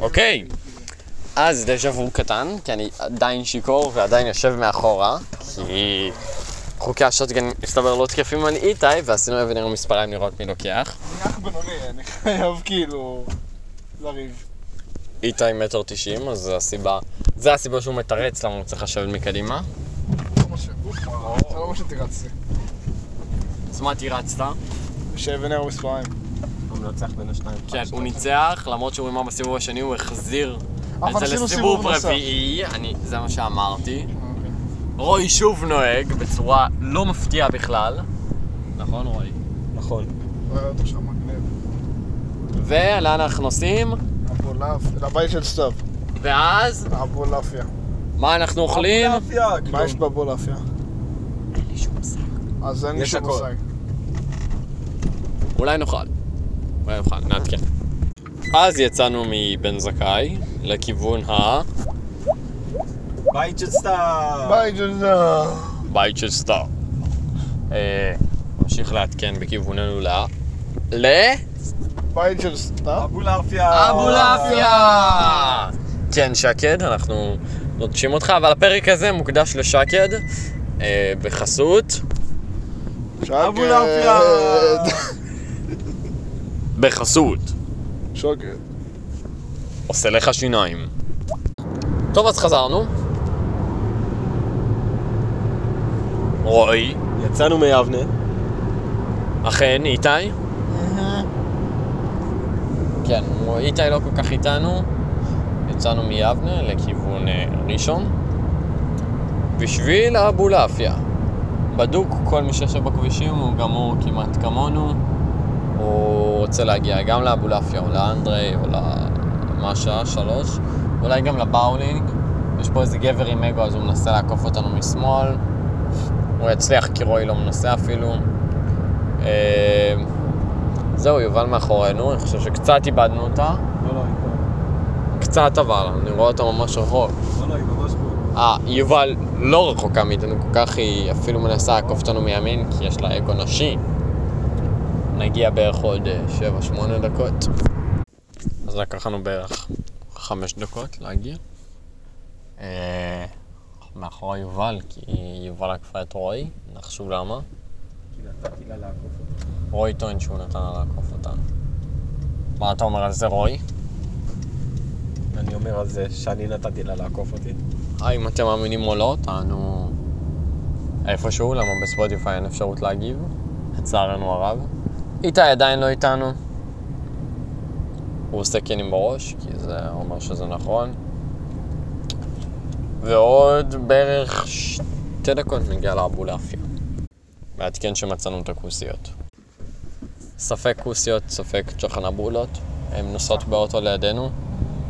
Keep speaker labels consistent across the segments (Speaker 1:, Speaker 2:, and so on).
Speaker 1: אוקיי, אז דז'ה וו קטן, כי אני עדיין שיכור ועדיין יושב מאחורה, כי חוקי השוטגן הסתבר לא תקפים על איתי, ועשינו אבן עיר מספריים לראות מי לוקח.
Speaker 2: נח בינוני, אני חייב כאילו לריב.
Speaker 1: איתי מטר תשעים, אז זה הסיבה, זה הסיבה שהוא מתרץ למה הוא צריך לשבת מקדימה.
Speaker 2: לא מה ש- זה לא מה שתירצתי.
Speaker 1: אז מה תירצת?
Speaker 2: שאבן אור מספריים.
Speaker 3: הוא מנצח בין השניים.
Speaker 1: כן, הוא ניצח, למרות שהוא רימה בסיבוב השני, הוא החזיר את
Speaker 2: אבל
Speaker 1: זה
Speaker 2: עשינו
Speaker 1: לסיבוב
Speaker 2: סיבוב נוסף.
Speaker 1: רביעי, אני, זה מה שאמרתי.
Speaker 2: אה, אוקיי.
Speaker 1: רוי שוב נוהג בצורה לא מפתיעה בכלל. נכון, רוי?
Speaker 3: נכון.
Speaker 2: לא היה אותו שם מגניב.
Speaker 1: ולאן אנחנו נוסעים?
Speaker 2: אבולף, לבית של סתיו.
Speaker 1: ואז, אוקיי.
Speaker 2: אבולעפיה.
Speaker 1: מה אנחנו אוכלים?
Speaker 2: מה יש באבולעפיה?
Speaker 1: אין לי שום מושג.
Speaker 2: אז אין לי
Speaker 3: יש
Speaker 2: שום
Speaker 3: הכל.
Speaker 2: מושג.
Speaker 1: אולי נאכל. אולי נאכל, נעדכן. אז יצאנו מבן זכאי לכיוון הבית
Speaker 3: בית של סתיו.
Speaker 2: בית של סתיו.
Speaker 1: של סטאר. אה, נמשיך לעדכן בכיווננו ל... ל...
Speaker 2: בית של סתיו?
Speaker 3: אבולעפיה.
Speaker 1: אבולעפיה! כן, שקד, אנחנו נוטשים אותך, אבל הפרק הזה מוקדש לשקד, אה, בחסות,
Speaker 3: אבולעפיה.
Speaker 1: בחסות,
Speaker 2: שוקד.
Speaker 1: עושה לך שיניים. טוב, אז חזרנו. רועי,
Speaker 3: יצאנו מיבנה.
Speaker 1: אכן, איתי? כן, הוא- איתי לא כל כך איתנו. יצאנו מיבנה לכיוון אה, ראשון. בשביל אבולעפיה. בדוק, כל מי שיושב בכבישים הוא גמור כמעט כמונו. הוא רוצה להגיע גם לאבולעפיה או לאנדרי או למאשה שלוש, אולי גם לבאולינג. יש פה איזה גבר עם אגו אז הוא מנסה לעקוף אותנו משמאל. הוא יצליח כי רועי לא מנסה אפילו. אה, זהו, יובל מאחורינו, אני חושב שקצת איבדנו אותה.
Speaker 3: לא, לא, היא פה.
Speaker 1: קצת אבל, אני רואה אותה ממש רחוק.
Speaker 3: לא, לא, היא ממש פה.
Speaker 1: אה, יובל לא רחוקה מאיתנו כל כך, היא אפילו מנסה לעקוף אותנו מימין, כי יש לה אגו נשי. נגיע בערך עוד 7-8 דקות. אז לקח לנו בערך 5 דקות להגיע. אה, מאחורי יובל, כי יובל עקפה את רועי, נחשו למה.
Speaker 3: כי נתתי לה לעקוף אותה.
Speaker 1: רועי טוען שהוא נתן לה לעקוף אותה. מה אתה אומר על זה, רועי?
Speaker 3: אני אומר על זה שאני נתתי לה לעקוף אותי.
Speaker 1: האם אה, אתם מאמינים או לא, טענו איפשהו, למה בספוטיפיי אין אפשרות להגיב, לצערנו הרב. איתי עדיין לא איתנו. הוא עושה כנים בראש, כי זה אומר שזה נכון. ועוד בערך שתי דקות נגיע לאבולעפיה. מעדכן שמצאנו את הכוסיות. ספק כוסיות, ספק צ'חנבולות. הן נוסעות באוטו לידינו,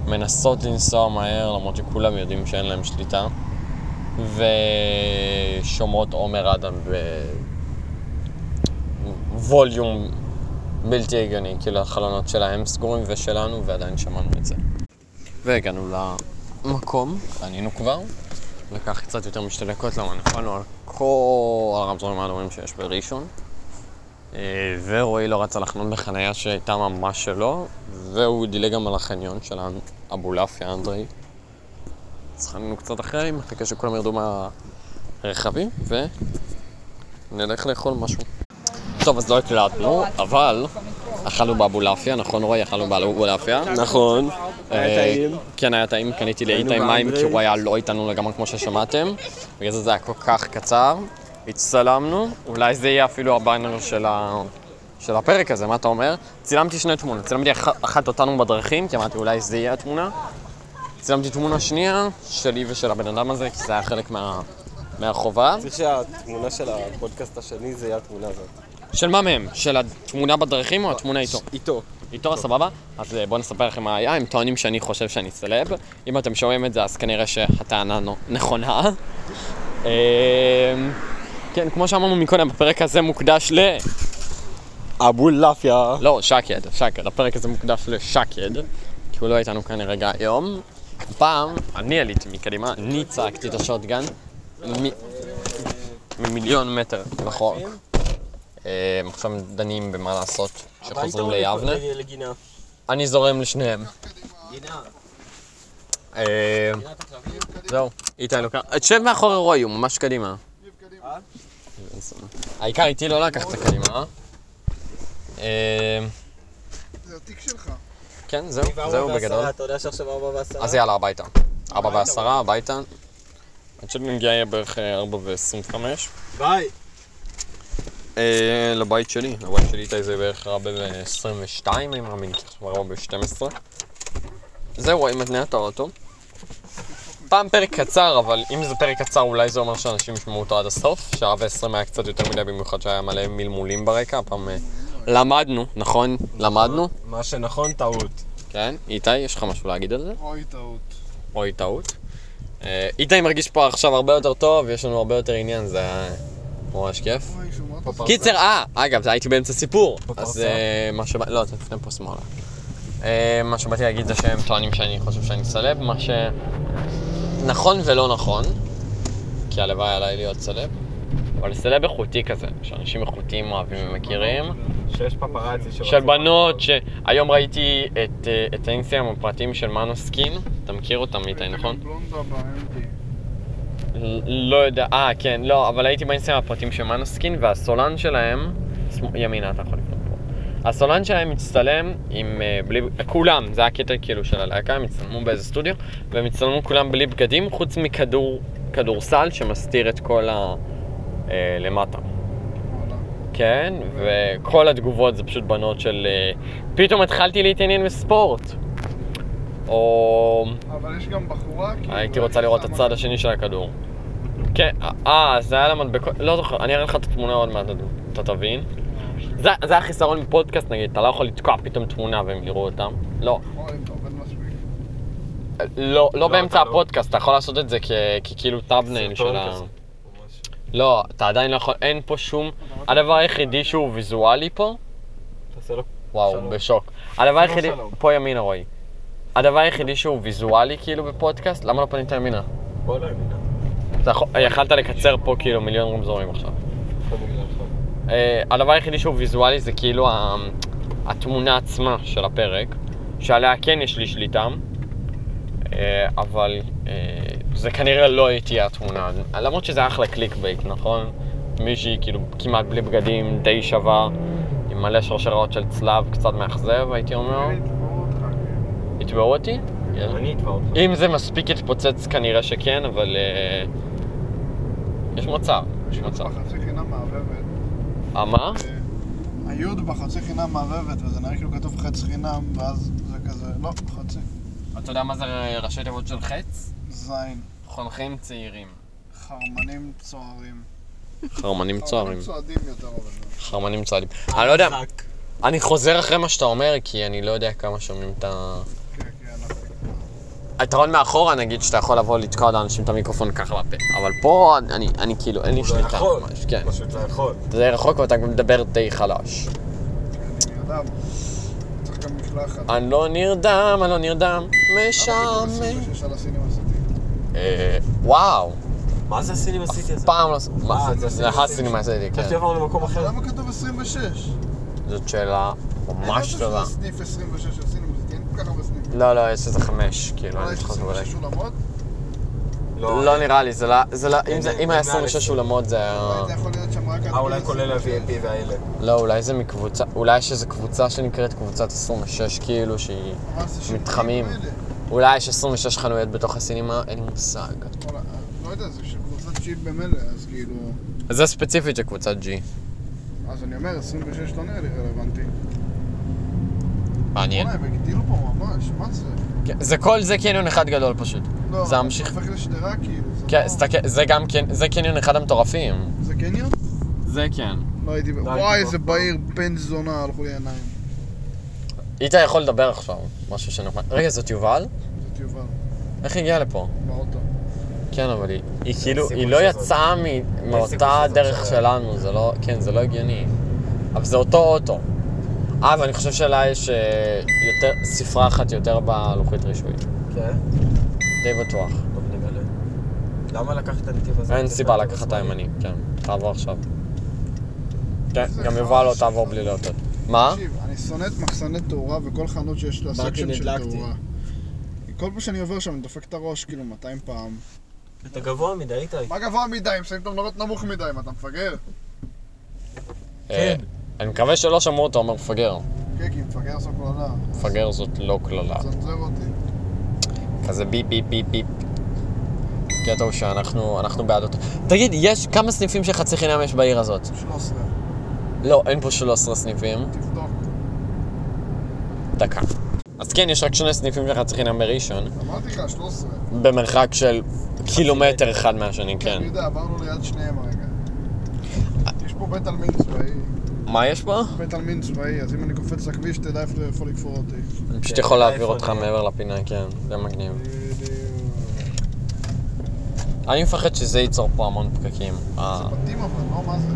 Speaker 1: מנסות לנסוע מהר, למרות שכולם יודעים שאין להם שליטה, ושומרות עומר אדם בווליום בלתי הגיוני, כאילו החלונות שלהם סגורים ושלנו, ועדיין שמענו את זה. והגענו למקום, ענינו כבר, לקח קצת יותר משתי דקות, למה נפלנו על כל הרמזורים האדומים שיש בראשון. אה, ורועי לא רצה לחנות בחנייה שהייתה ממש שלו, והוא דילה גם על החניון של אבולעפיה אנדרי. אז חנינו קצת אחרי, מחכה שכולם ירדו מהרכבים, ונלך לאכול משהו. טוב, אז לא הקלטנו, אבל אכלנו באבולעפיה, נכון רועי? אכלנו באבולעפיה.
Speaker 3: נכון.
Speaker 1: אה,
Speaker 3: היה טעים.
Speaker 1: כן, היה טעים, קניתי לאיתי
Speaker 3: היינו
Speaker 1: מים
Speaker 3: באנדרי.
Speaker 1: כי הוא היה לא איתנו לגמרי כמו ששמעתם, בגלל זה זה היה כל כך קצר, הצטלמנו, אולי זה יהיה אפילו הבאנר של, ה... של הפרק הזה, מה אתה אומר? צילמתי שני תמונות, צילמתי אח- אחת אותנו בדרכים, כי אמרתי אולי זה יהיה התמונה, צילמתי תמונה שנייה שלי ושל הבן אדם הזה, כי זה היה חלק מה... מהחובה.
Speaker 3: צריך שהתמונה של הפודקאסט השני זה יהיה התמונה הזאת.
Speaker 1: של מה מהם? של התמונה בדרכים או התמונה איתו?
Speaker 3: איתו.
Speaker 1: איתו, סבבה? אז אה, בואו נספר לכם מה היה, הם טוענים שאני חושב שאני סלב. אם אתם שומעים את זה, אז כנראה שהטענה נו- נכונה. אמ, כן, כמו שאמרנו מקודם, הפרק הזה מוקדש ל...
Speaker 3: אבולעפיה.
Speaker 1: לא, שקד, שקד. הפרק הזה מוקדש לשקד, כי הוא לא איתנו כאן רגע היום. פעם, אני עליתי מקדימה, אני צעקתי את השוטגן מ- ממיליון מטר רחוק. אה, אמ, עכשיו דנים במה לעשות כשחוזרים ליבנה. אני זורם לשניהם. אה, זהו, איתי לוקח. תשב מאחורי רוי, הוא ממש קדימה. העיקר איתי לא לקחת קדימה, אה? אה?
Speaker 2: זה התיק שלך.
Speaker 1: כן, זהו, זהו בגדול.
Speaker 3: אתה יודע שעכשיו ארבע ועשרה?
Speaker 1: אז יאללה, הביתה. ארבע ועשרה, הביתה. עד שנגיע יהיה בערך אה, ארבע ועשרים וחמש.
Speaker 3: ביי.
Speaker 1: אה, לבית שלי, לבית שלי איתי זה בערך רבה ב-22, אני מאמין, רבה ב-12. זהו, רואים את תנעת האוטו. פעם פרק קצר, אבל אם זה פרק קצר, אולי זה אומר שאנשים ישמעו אותו עד הסוף. שעה ועשרים היה קצת יותר מדי, במיוחד שהיה מלא מלמולים ברקע. הפעם אה, למדנו, נכון? למדנו?
Speaker 3: מה שנכון טעות.
Speaker 1: כן. איתי, יש לך משהו להגיד על זה?
Speaker 2: אוי, טעות.
Speaker 1: אוי, טעות. אה, איתי מרגיש פה עכשיו הרבה יותר טוב, יש לנו הרבה יותר עניין, זה היה ממש כיף.
Speaker 2: אוי, שומעת אותך.
Speaker 1: קיצר, אה, אגב, זה הייתי באמצע סיפור.
Speaker 3: בפרסה?
Speaker 1: אז אה, מה שבא... לא, אתה לפני פה שמאלה. אה, מה שבאתי להגיד זה שהם טוענים שאני חושב שאני סלב, מה ש... נכון ולא נכון, כי הלוואי עליי להיות סלב, אבל סלב איכותי כזה, שאנשים איכותיים אוהבים ומכירים.
Speaker 3: שיש פפראצי
Speaker 1: של בנות, שהיום ראיתי את, אה, את האינסטגרם הפרטיים של מנוסקין, אתה מכיר אותם איתי,
Speaker 2: הייתי
Speaker 1: נכון?
Speaker 2: גם בלונדה ב-MD.
Speaker 1: לא יודע, אה, כן, לא, אבל הייתי באינסטגרם הפרטים של מנוסקין, והסולן שלהם, שמאל- ימינה אתה יכול לקנות פה, הסולן שלהם הצטלם עם, אה, בלי, כולם, זה היה קטע כאילו של הלהקה, הם הצטלמו באיזה סטודיו, והם הצטלמו כולם בלי בגדים, חוץ מכדור, כדורסל שמסתיר את כל ה... אה, למטה.
Speaker 2: וואלה.
Speaker 1: כן, וכל התגובות זה פשוט בנות של אה, פתאום התחלתי להתעניין בספורט. או
Speaker 2: אבל יש גם בחורה, כאילו...
Speaker 1: הייתי רוצה לראות את
Speaker 2: שמה-
Speaker 1: הצד השני של הכדור. כן, אה, זה היה למדבקות, לא זוכר, אני אראה לך את התמונה עוד מעט, אתה תבין. זה, זה החיסרון בפודקאסט נגיד, אתה לא יכול לתקוע פתאום תמונה והם יראו אותם. לא,
Speaker 2: אוי, אתה עובד מספיק.
Speaker 1: לא, לא, באמצע
Speaker 3: אתה לא.
Speaker 1: הפודקאסט, אתה יכול לעשות את זה כ- ככאילו טאבנייל של ה... לא, אתה עדיין לא יכול, אין פה שום... הדבר היחידי שהוא ויזואלי פה
Speaker 3: תעשה לו
Speaker 1: וואו,
Speaker 3: שלום.
Speaker 1: בשוק. הדבר
Speaker 3: שלום,
Speaker 1: היחידי,
Speaker 3: שלום.
Speaker 1: פה ימינה רועי. הדבר היחידי שהוא ויזואלי כאילו בפודקאסט, למה לא פנית ימינה?
Speaker 3: כל הימינה.
Speaker 1: אתה יכול- יכלת לקצר פה כאילו מיליון רמזורים עכשיו.
Speaker 3: הכל בגללך.
Speaker 1: אה, הדבר היחידי שהוא ויזואלי זה כאילו ה- התמונה עצמה של הפרק, שעליה כן יש לי שליטה, אה, אבל אה, זה כנראה לא תהיה התמונה. למרות שזה אחלה קליק בייט, נכון? מישהי כאילו כמעט בלי בגדים, די שווה, עם מלא שרשראות של צלב, קצת מאכזב הייתי אומר.
Speaker 2: אוי, תבוא אותך, כאילו.
Speaker 1: יתבעו אותי?
Speaker 3: אני אתבע אותך.
Speaker 1: אם זה מספיק יתפוצץ כנראה שכן, אבל אה, יש מצב, יש
Speaker 2: יש
Speaker 1: מצב.
Speaker 2: לך כאילו בחצי חינם מערבבת.
Speaker 1: אה, מה?
Speaker 2: אה, היוד בחצי חינם מערבבת, וזה נראה כאילו כתוב חץ חינם, ואז זה כזה, לא, חצי.
Speaker 1: אתה יודע מה זה ראשי תיבות של חץ?
Speaker 2: זין.
Speaker 1: חונכים צעירים.
Speaker 2: חרמנים צוערים.
Speaker 1: חרמנים צוערים.
Speaker 2: חרמנים צועדים יותר אבל. לא.
Speaker 1: חרמנים צועדים. אני לא יודע,
Speaker 3: רק.
Speaker 1: אני חוזר אחרי מה שאתה אומר, כי אני לא יודע כמה שומעים את ה...
Speaker 2: כן, כן, אנחנו-
Speaker 1: היתרון מאחורה, נגיד, שאתה יכול לבוא לתקוע לאנשים את המיקרופון ככה בפה. אבל פה אני, אני כאילו, אין לי
Speaker 3: הוא לא
Speaker 1: שליטה
Speaker 3: יכול.
Speaker 1: ממש, כן.
Speaker 3: פשוט לא יכול.
Speaker 1: זה רחוק ואתה גם מדבר די חלש.
Speaker 2: אני נרדם. צריך גם מקלחת.
Speaker 1: אני לא נרדם, אני לא נרדם,
Speaker 2: למה בגיל
Speaker 1: משעמם.
Speaker 2: 26 על הסינים עשיתי?
Speaker 1: אה, וואו.
Speaker 3: מה זה הסינמה סיטי הזה?
Speaker 1: פעם לא... מה?
Speaker 3: זה
Speaker 1: זה אחת סינמה סיטי,
Speaker 3: חשבתי
Speaker 1: כן.
Speaker 3: עברנו למקום אחר.
Speaker 2: למה כתוב 26?
Speaker 1: זאת שאלה ממש
Speaker 2: אני
Speaker 1: טובה.
Speaker 2: לא חושב שזה סניף 26 של סינמה, זה אין כל כך הרבה סניפים.
Speaker 1: לא, לא, יש איזה חמש, כאילו,
Speaker 2: אולי
Speaker 1: אני
Speaker 2: אה, יש
Speaker 1: צריך לבדוק.
Speaker 2: 26 אולמות?
Speaker 1: לא נראה לי, זה לא... זה לא- אם
Speaker 3: אין,
Speaker 1: זה-
Speaker 3: אין,
Speaker 1: אם היה
Speaker 3: אין מעל
Speaker 1: 26 אולמות זה היה...
Speaker 2: אולי זה יכול להיות שם רק... עד
Speaker 3: אה, אולי
Speaker 2: גיל
Speaker 3: כולל
Speaker 2: 26.
Speaker 3: ה-VAP והאלה.
Speaker 1: לא, אולי זה מקבוצה... אולי יש איזו קבוצה שנקראת קבוצת 26, כאילו, שהיא...
Speaker 2: אבל זה שירותים
Speaker 1: מתחמים.
Speaker 2: כאלה.
Speaker 1: אולי יש 26 חנויות בתוך הסינמה, אין לי מושג.
Speaker 2: אולי- לא יודע, זה של קבוצת שיפ במילא, אז כאילו...
Speaker 1: אז זה ספציפית של קבוצת G.
Speaker 2: אז אני אומר, 26 לא נראה לי רלוונטי.
Speaker 1: מעניין.
Speaker 2: אולי, הם הגדילו פה ממש, מה זה?
Speaker 1: כן, זה כל זה קניון אחד גדול פשוט.
Speaker 2: לא,
Speaker 1: זה המשיך...
Speaker 2: הופך לשדרה כאילו. זה
Speaker 1: כן,
Speaker 2: לא-
Speaker 1: סתכל- זה גם כן... זה קניון אחד המטורפים.
Speaker 2: זה קניון?
Speaker 1: זה כן.
Speaker 2: לא הייתי... ב-
Speaker 3: לא,
Speaker 2: וואי,
Speaker 3: הייתי
Speaker 2: איזה
Speaker 3: פה.
Speaker 2: בעיר בן זונה, הלכו לי עיניים.
Speaker 1: איתי יכול לדבר עכשיו, משהו שנחמד. רגע, זאת יובל?
Speaker 2: זאת יובל,
Speaker 1: איך היא הגיעה לפה?
Speaker 2: באוטו.
Speaker 1: כן, אבל היא, היא כאילו,
Speaker 3: סיכוי
Speaker 1: היא לא
Speaker 3: שזאת-
Speaker 1: יצאה מ- מאותה
Speaker 3: שזאת
Speaker 1: דרך
Speaker 3: שלה.
Speaker 1: שלנו, זה לא, כן, זה לא הגיוני. אבל זה אותו אוטו. אה, ואני חושב שלה יש אה, יותר, ספרה אחת יותר בלוחית רישוי.
Speaker 3: כן?
Speaker 1: די בטוח.
Speaker 3: טוב, נגלה. למה לקחת את הנתיב הזה?
Speaker 1: אין סיבה לקחת את הימני, כן. תעבור עכשיו. כן,
Speaker 2: זה
Speaker 1: גם
Speaker 2: חבל
Speaker 1: יובל לא
Speaker 2: ש-
Speaker 1: תעבור בלי לאותות. מה?
Speaker 2: תקשיב, אני אני שונא את מחסני תאורה וכל חנות שיש לה
Speaker 3: באתי,
Speaker 2: סקשן של
Speaker 3: נדלקתי.
Speaker 2: תאורה. כל פעם שאני עובר שם אני דופק את הראש כאילו 200 פעם.
Speaker 3: אתה גבוה מדי, איתי.
Speaker 2: מה גבוה מדי? הם שמים את המנורות נמוך מדי, מה אתה מפגר?
Speaker 1: אה,
Speaker 3: כן.
Speaker 1: אני מקווה שלא שמעו אותו אומר מפגר.
Speaker 2: כן, כי מפגר זו קללה.
Speaker 1: מפגר זאת לא קללה.
Speaker 2: צנזר אותי.
Speaker 1: כזה ביפ ביפ ביפ ביפ. קטע הוא שאנחנו אנחנו בעד אותו. תגיד, יש כמה סניפים של חצי חינם יש בעיר הזאת?
Speaker 2: 13,
Speaker 1: לא, אין פה 13 סניפים.
Speaker 2: תבדוק.
Speaker 1: דקה. אז כן, יש רק שני סניפים של חצי חינם בראשון,
Speaker 2: אמרתי לך, 13.
Speaker 1: במרחק של קילומטר אחד מהשני, כן. אה.
Speaker 2: אני יודע, עברנו ליד שניהם הרגע. יש פה בית עלמין צבאי.
Speaker 1: מה יש פה?
Speaker 2: בית עלמין צבאי, אז אם אני קופץ לכביש, תדע איפה איפה לקפור אותי.
Speaker 1: אני פשוט
Speaker 3: כן,
Speaker 1: יכול להעביר
Speaker 3: אייפון,
Speaker 1: אותך
Speaker 3: אה.
Speaker 1: מעבר לפינה, כן, זה מגניב.
Speaker 2: בדיוק.
Speaker 1: אני מפחד שזה ייצור פה המון
Speaker 2: זה
Speaker 1: פקקים.
Speaker 2: בתים אבל, לא? מה זה?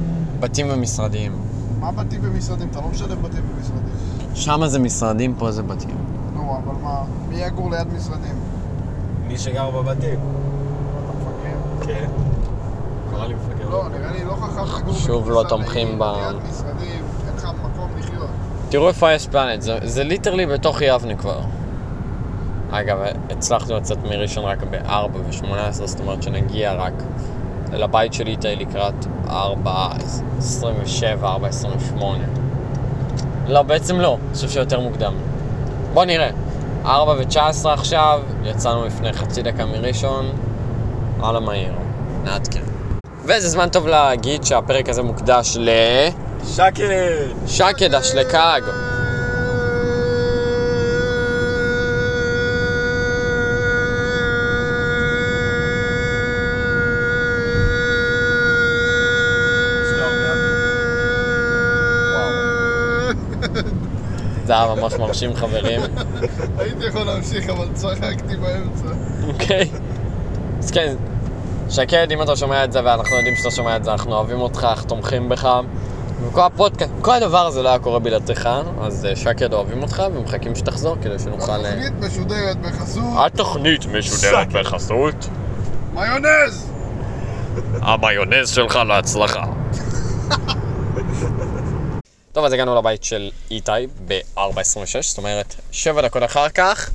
Speaker 1: בתים ומשרדים.
Speaker 2: מה בתים במשרדים? אתה לא משלב בתים במשרדים.
Speaker 1: שם זה משרדים, פה זה בתים.
Speaker 2: נו, אבל מה? מי יגור ליד משרדים?
Speaker 3: מי שגר בבתים.
Speaker 2: אתה מפגר?
Speaker 3: כן. קרא לי מפגר.
Speaker 2: לא, נראה לי לא חכם לגור
Speaker 1: שוב
Speaker 2: בכניסה
Speaker 1: לא תומכים
Speaker 2: לעיר,
Speaker 1: ב-
Speaker 2: ליד משרדים, אין לך מקום לחיות.
Speaker 1: תראו איפה יש פלנט, זה, זה ליטרלי בתוך יבנה כבר. אגב, הצלחנו לצאת מראשון רק ב-4 ו-18, זאת אומרת שנגיע רק לבית של איתי לקראת 4, 27, 4, 28. לא, בעצם לא, אני חושב שיותר מוקדם. בוא נראה. 4 ו-19 עכשיו, יצאנו לפני חצי דקה מראשון, על המהיר. נעדכן. וזה זמן טוב להגיד שהפרק הזה מוקדש ל...
Speaker 3: שקד!
Speaker 1: שקד אשלקג. זה היה ממש מרשים חברים,
Speaker 2: הייתי יכול להמשיך, אבל צחקתי באמצע.
Speaker 1: אוקיי? אז כן, שקד, אם אתה שומע את זה, ואנחנו יודעים שאתה שומע את זה, אנחנו אוהבים אותך, אנחנו תומכים בך. וכל הפודקאסט, כל הדבר הזה לא היה קורה בלעדיך, אז אה, שקד אוהבים אותך ומחכים שתחזור כדי שנוכל... אה,
Speaker 2: תוכנית משודרת בחסות
Speaker 1: התוכנית משודרת בחסות אה.
Speaker 2: מיונז!
Speaker 1: המיונז שלך להצלחה. טוב, אז הגענו לבית של איתי ב-4.26, זאת אומרת, שבע דקות אחר כך.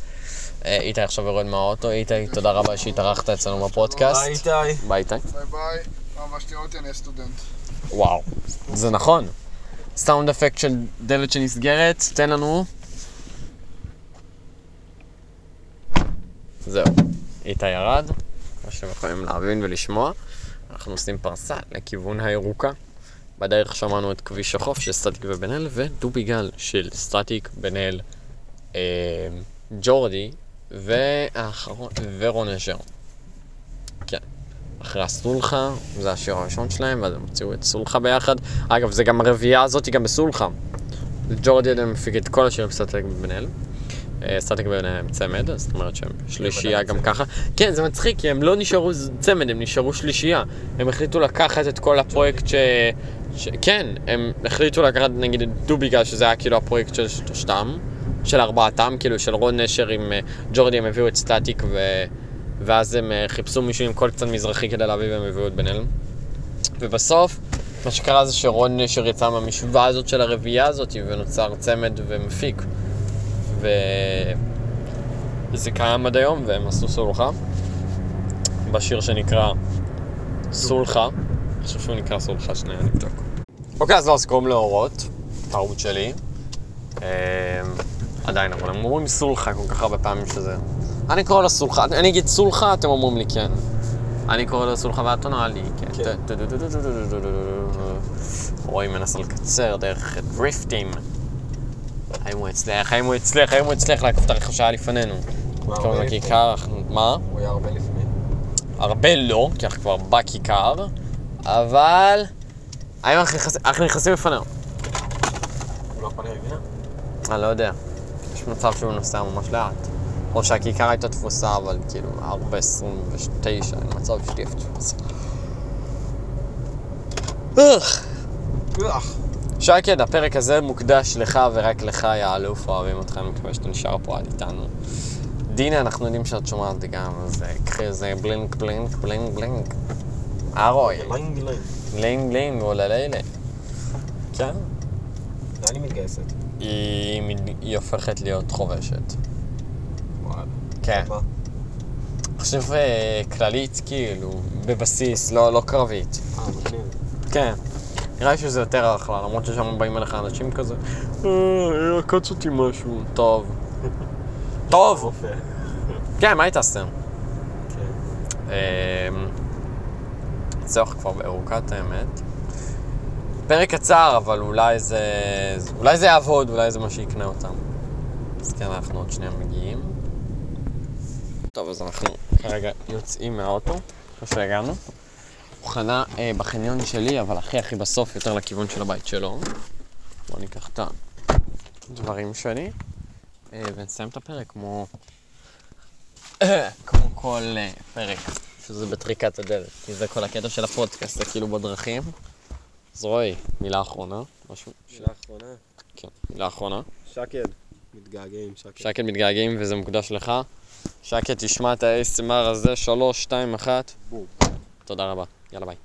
Speaker 1: אה, איתי עכשיו יורד מהאוטו. איתי, תודה רבה שהתארחת אצלנו
Speaker 3: היי,
Speaker 1: בפודקאסט.
Speaker 3: איתי.
Speaker 1: ביי, איתי.
Speaker 2: ביי ביי. ממש שתראה אותי, אני אהיה סטודנט.
Speaker 1: וואו, זה נכון. סאונד אפקט של דלת שנסגרת, תן לנו. זהו, איתה ירד, כמו שאתם יכולים להבין ולשמוע. אנחנו עושים פרסה לכיוון הירוקה. בדרך שמענו את כביש החוף של סטטיק ובן אל, ודוביגל של סטטיק, בן אל, אה, ג'ורדי, והאחרון, ורון אשר. אחרי הסולחה, זה השיר הראשון שלהם, ואז הם הוציאו את סולחה ביחד. אגב, זה גם הרביעייה הזאת, היא גם בסולחה. ג'ורדי עדן מפיק את כל השירים סטטיק ובן-אל. אה, סטטיק ובן-אל הם צמד, אז זאת אומרת שהם שלישייה
Speaker 3: עדיין
Speaker 1: גם
Speaker 3: צמד.
Speaker 1: ככה. כן, זה מצחיק, כי הם לא נשארו ז- צמד, הם נשארו שלישייה. הם החליטו לקחת את כל הפרויקט ש... ש... כן, הם החליטו לקחת נגיד את דוביגל, שזה היה כאילו הפרויקט של שלושתם, של ארבעתם, כאילו של רון נשר עם אה, ג'ורדי, הם הביאו את סטטיק ו... ואז הם אה, חיפשו מישהו עם קול קצת מזרחי כדי להביא והם הביאו את בן אל. ובסוף, מה שקרה זה שרון נשר יצא מהמשוואה הזאת של הרביעייה הזאת ונוצר צמד ומפיק. וזה קיים עד היום והם עשו סולחה. בשיר שנקרא סולחה. אני חושב שהוא נקרא סולחה, שנייה נבדוק. אוקיי, אז לא, אז קוראים לאורות, טעות שלי. אמ, עדיין, אבל הם אומרים סולחה כל כך הרבה פעמים שזה... אני קורא לה סולחה, אני אגיד סולחה, אתם אומרים לי כן. אני קורא לה סולחה ואת עונה לי כן.
Speaker 3: כן.
Speaker 1: רועי מנסה לקצר דרך דריפטים. האם הוא הצליח, האם הוא הצליח, האם הוא הצליח לעקוף את הרכב שהיה לפנינו.
Speaker 3: הוא היה
Speaker 1: התקרבנו
Speaker 3: הרבה
Speaker 1: לכיכר, אנחנו- מה?
Speaker 3: הוא היה הרבה לפני.
Speaker 1: הרבה לא, כי אנחנו כבר בכיכר, אבל... האם אנחנו נכנסים- אנחנו נכנסים לפנינו?
Speaker 3: הוא לא פנה מבינה?
Speaker 1: אני לא יודע. יש מצב שהוא נוסע ממש לאט. או שהכיכר הייתה תפוסה, אבל כאילו, 4.29, אין מצב שתהיה תפוסה. אוח!
Speaker 2: אוח.
Speaker 1: שקד, הפרק הזה מוקדש לך ורק לך, יא אלוף, אוהבים אותך, אני מקווה שאתה נשאר פה עד איתנו. דינה, אנחנו יודעים שאת שומעת את זה גם, אז אה, קחי איזה בלינק, בלינק, בלינק, בלינק. ארוי,
Speaker 3: גלנג גלנג.
Speaker 1: בלינק, בלינק, וולה לילה. כן?
Speaker 3: לאן היא מתגייסת?
Speaker 1: היא, מד- היא הופכת להיות חובשת.
Speaker 3: וואלה.
Speaker 1: כן.
Speaker 3: מה? אה,
Speaker 1: עכשיו אה, כללית, כאילו, בבסיס, לא, לא קרבית.
Speaker 3: אה, מגניב.
Speaker 1: כן. נראה לי שזה יותר אחלה, למרות ששם באים אליך אנשים כזה, אה, עקץ אותי משהו. טוב. טוב!
Speaker 3: רופא.
Speaker 1: כן, מה היא תעשה?
Speaker 3: כן.
Speaker 1: אמ, זהו, אנחנו כבר בארוכת האמת. פרק קצר, אבל אולי זה... אולי זה יעבוד, אולי זה מה שיקנה אותם. אז כן, אנחנו עוד שנייה מגיעים. טוב, אז אנחנו כרגע יוצאים מהאוטו, אחרי שהגענו. הוא חנה אה, בחניון שלי, אבל הכי הכי בסוף, יותר לכיוון של הבית שלו. בואו ניקח את הדברים שלי, אה, ונסיים את הפרק כמו... כמו כל אה, פרק, שזה בטריקת הדרך, כי זה כל הקטע של הפודקאסט, זה כאילו בדרכים. אז רועי, מילה אחרונה, משהו?
Speaker 3: שאלה אחרונה.
Speaker 1: כן, מילה אחרונה.
Speaker 3: שקד. מתגעגע עם שקד.
Speaker 1: שקט מתגעגעים וזה מוקדש לך. שקט, תשמע את ה-ASMR הזה, שלוש, שתיים, אחת.
Speaker 3: בום.
Speaker 1: תודה רבה, יאללה ביי.